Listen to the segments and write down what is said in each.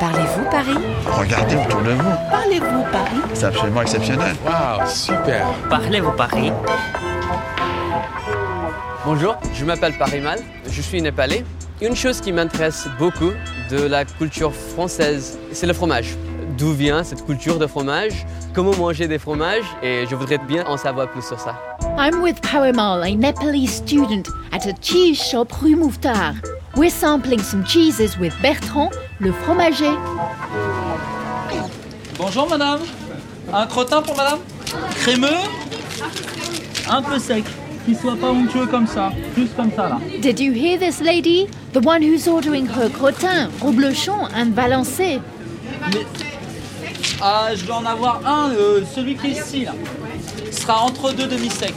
Parlez-vous Paris Regardez autour de vous. Parlez-vous Paris C'est absolument exceptionnel. Waouh, super Parlez-vous Paris Bonjour, je m'appelle Parimal, je suis népalais. Une chose qui m'intéresse beaucoup de la culture française, c'est le fromage. D'où vient cette culture de fromage Comment manger des fromages Et je voudrais bien en savoir plus sur ça. I'm with Parimal, a Nepalese student at a cheese shop rue Mouffetard. We're sampling some cheeses with Bertrand, le fromager. Bonjour madame. Un crottin pour madame Crémeux Un peu sec. Qu'il soit pas onctueux comme ça. Juste comme ça là. Did you hear this lady? The one who's ordering her crottin, reblochon and balancé. Ah, je dois en avoir un, euh, celui qui est ici là. Ce sera entre deux demi-secs.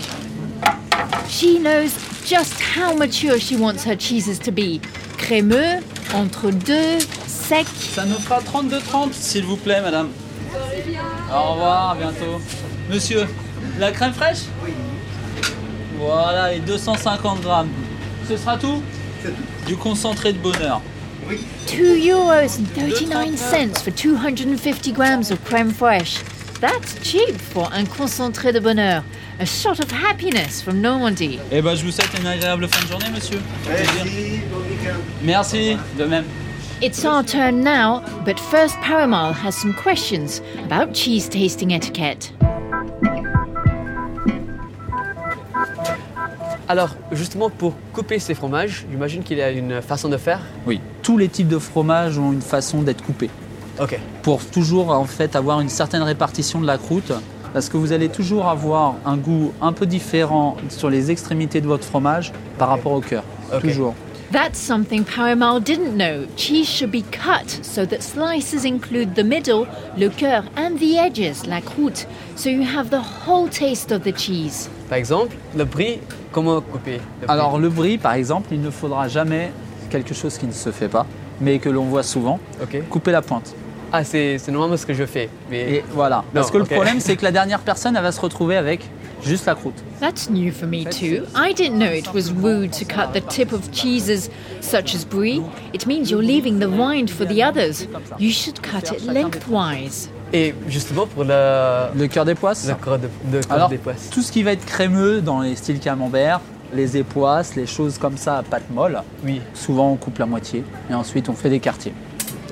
She knows just how mature she wants her cheeses to be. Crémeux, entre deux, sec. Ça nous fera 32,30 s'il vous plaît madame. Au revoir, à bientôt. Monsieur, la crème fraîche Oui. Voilà, et 250 grammes. Ce sera tout Du concentré de bonheur. 2 euros and 39 cents for 250 grams of creme fraiche. That's cheap for un concentré de bonheur. A shot of happiness from Normandy. Eh ben, je vous souhaite une agréable fin de journée, monsieur. Au plaisir. Merci, de même. It's our turn now, but first Paramal has some questions about cheese tasting etiquette. Alors, justement, pour couper ces fromages, j'imagine qu'il y a une façon de faire. Oui, tous les types de fromages ont une façon d'être coupés. Ok. pour toujours en fait avoir une certaine répartition de la croûte parce que vous allez toujours avoir un goût un peu différent sur les extrémités de votre fromage par rapport au cœur. Ok. Toujours. That's something Paramal didn't know. Cheese should be cut so that slices include the middle, le cœur, and the edges, la croûte, so you have the whole taste of the cheese. Par exemple, le brie, comment couper le brie Alors le brie par exemple, il ne faudra jamais quelque chose qui ne se fait pas mais que l'on voit souvent, Ok. couper la pointe. Ah, c'est c'est normalement ce que je fais. Mais Et voilà. Parce que ok. le problème c'est que la dernière personne elle va se retrouver avec juste la croûte. That's new for me too. I didn't know it was rude to cut the tip of cheeses such as brie. It means you're leaving the rind for the others. You should cut it lengthwise. et justement pour le Le cœur des poisses le corps de, de corps Alors, des poisses. tout ce qui va être crémeux dans les styles camembert, les époisses, les choses comme ça à pâte molle, Oui. Souvent, on coupe la moitié et ensuite on fait des quartiers,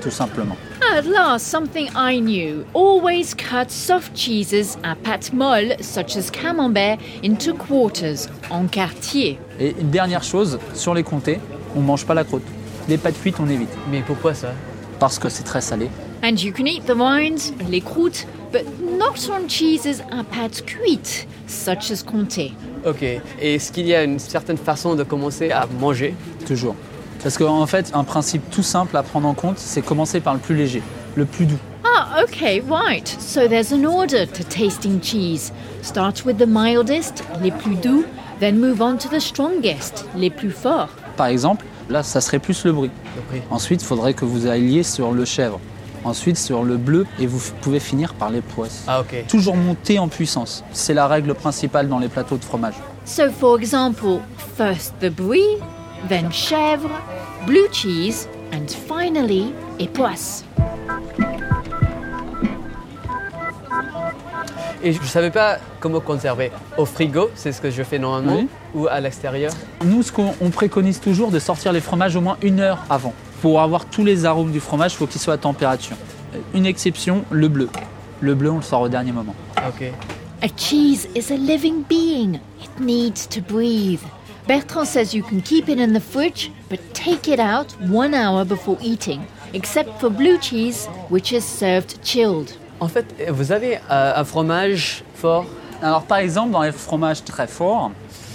tout simplement. At last, something I knew. Always cut soft cheeses à pâte molle, such as camembert, into quarters, en quartier. Et une dernière chose, sur les comtés, on mange pas la croûte. Les pâtes cuites, on évite Mais pourquoi ça parce que c'est très salé. And you can eat the rinds, les croûtes, but not on cheeses à pâte cuite, such as comté. Ok. Et est-ce qu'il y a une certaine façon de commencer à manger Toujours. Parce qu'en fait, un principe tout simple à prendre en compte, c'est commencer par le plus léger, le plus doux. Ah, okay, right. So there's an order to tasting cheese. Start with the mildest, les plus doux, then move on to the strongest, les plus forts. Par exemple, là, ça serait plus le bruit. Le brie. Ensuite, il faudrait que vous alliez sur le chèvre. Ensuite, sur le bleu, et vous f- pouvez finir par les poisses. Ah, ok. Toujours monter en puissance. C'est la règle principale dans les plateaux de fromage. So, for example, first the brie, then chèvre, blue cheese, and finally, époisse. Et je savais pas comment conserver. Au frigo, c'est ce que je fais normalement, Oui. ou à l'extérieur. Nous, ce qu'on on préconise toujours, de sortir les fromages au moins une heure avant. Pour avoir tous les arômes du fromage, il faut qu'ils soient à température. Une exception, le bleu. Le bleu, on le sort au dernier moment. Ok. A cheese is a living being. It needs to breathe. Bertrand says you can keep it in the fridge, but take it out one hour before eating, except for blue cheese, which is served chilled. En fait, vous avez euh, un fromage fort. Alors, par exemple, dans les fromages très forts,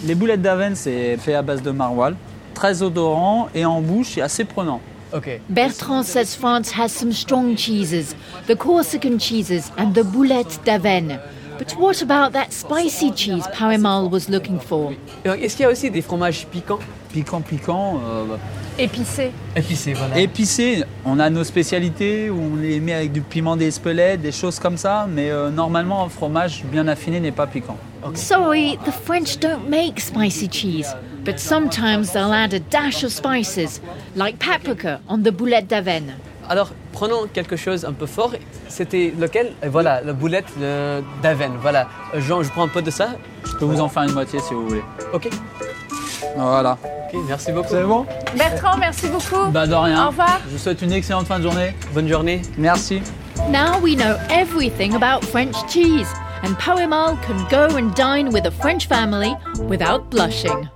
les boulettes d'Aven, c'est fait à base de maroilles. Très odorant et en bouche, et assez prenant. Ok. Bertrand says France has some strong cheeses, the Corsican cheeses and the boulette d'Avenne. But what about that spicy cheese Parimal was looking for? Et donc, Est-ce qu'il y a aussi des fromages piquants Piquant, piquant. euh, bah. Épicé. Épicés, voilà. Épicé, on a nos spécialités, où on les met avec du piment d'Espelette, des choses comme ça. Mais euh, normalement, un fromage bien affiné n'est pas piquant. Sorry, the French don't make spicy cheese, but sometimes they'll add a dash of spices, like paprika on the boulette d'Avenne. Alors, prenons quelque chose un peu fort. C'était lequel Et Voilà, la boulette euh, d'Aven. Voilà. Euh, Jean, je prends un peu de ça. Je peux vous en faire une moitié si vous voulez. Ok. Voilà. Ok, merci beaucoup. bon Bertrand, merci beaucoup. Bah de rien. Au revoir. Je vous souhaite une excellente fin de journée. Bonne journée. Merci. Now we know everything about French cheese, and Poemal can go and dine with a French family without blushing.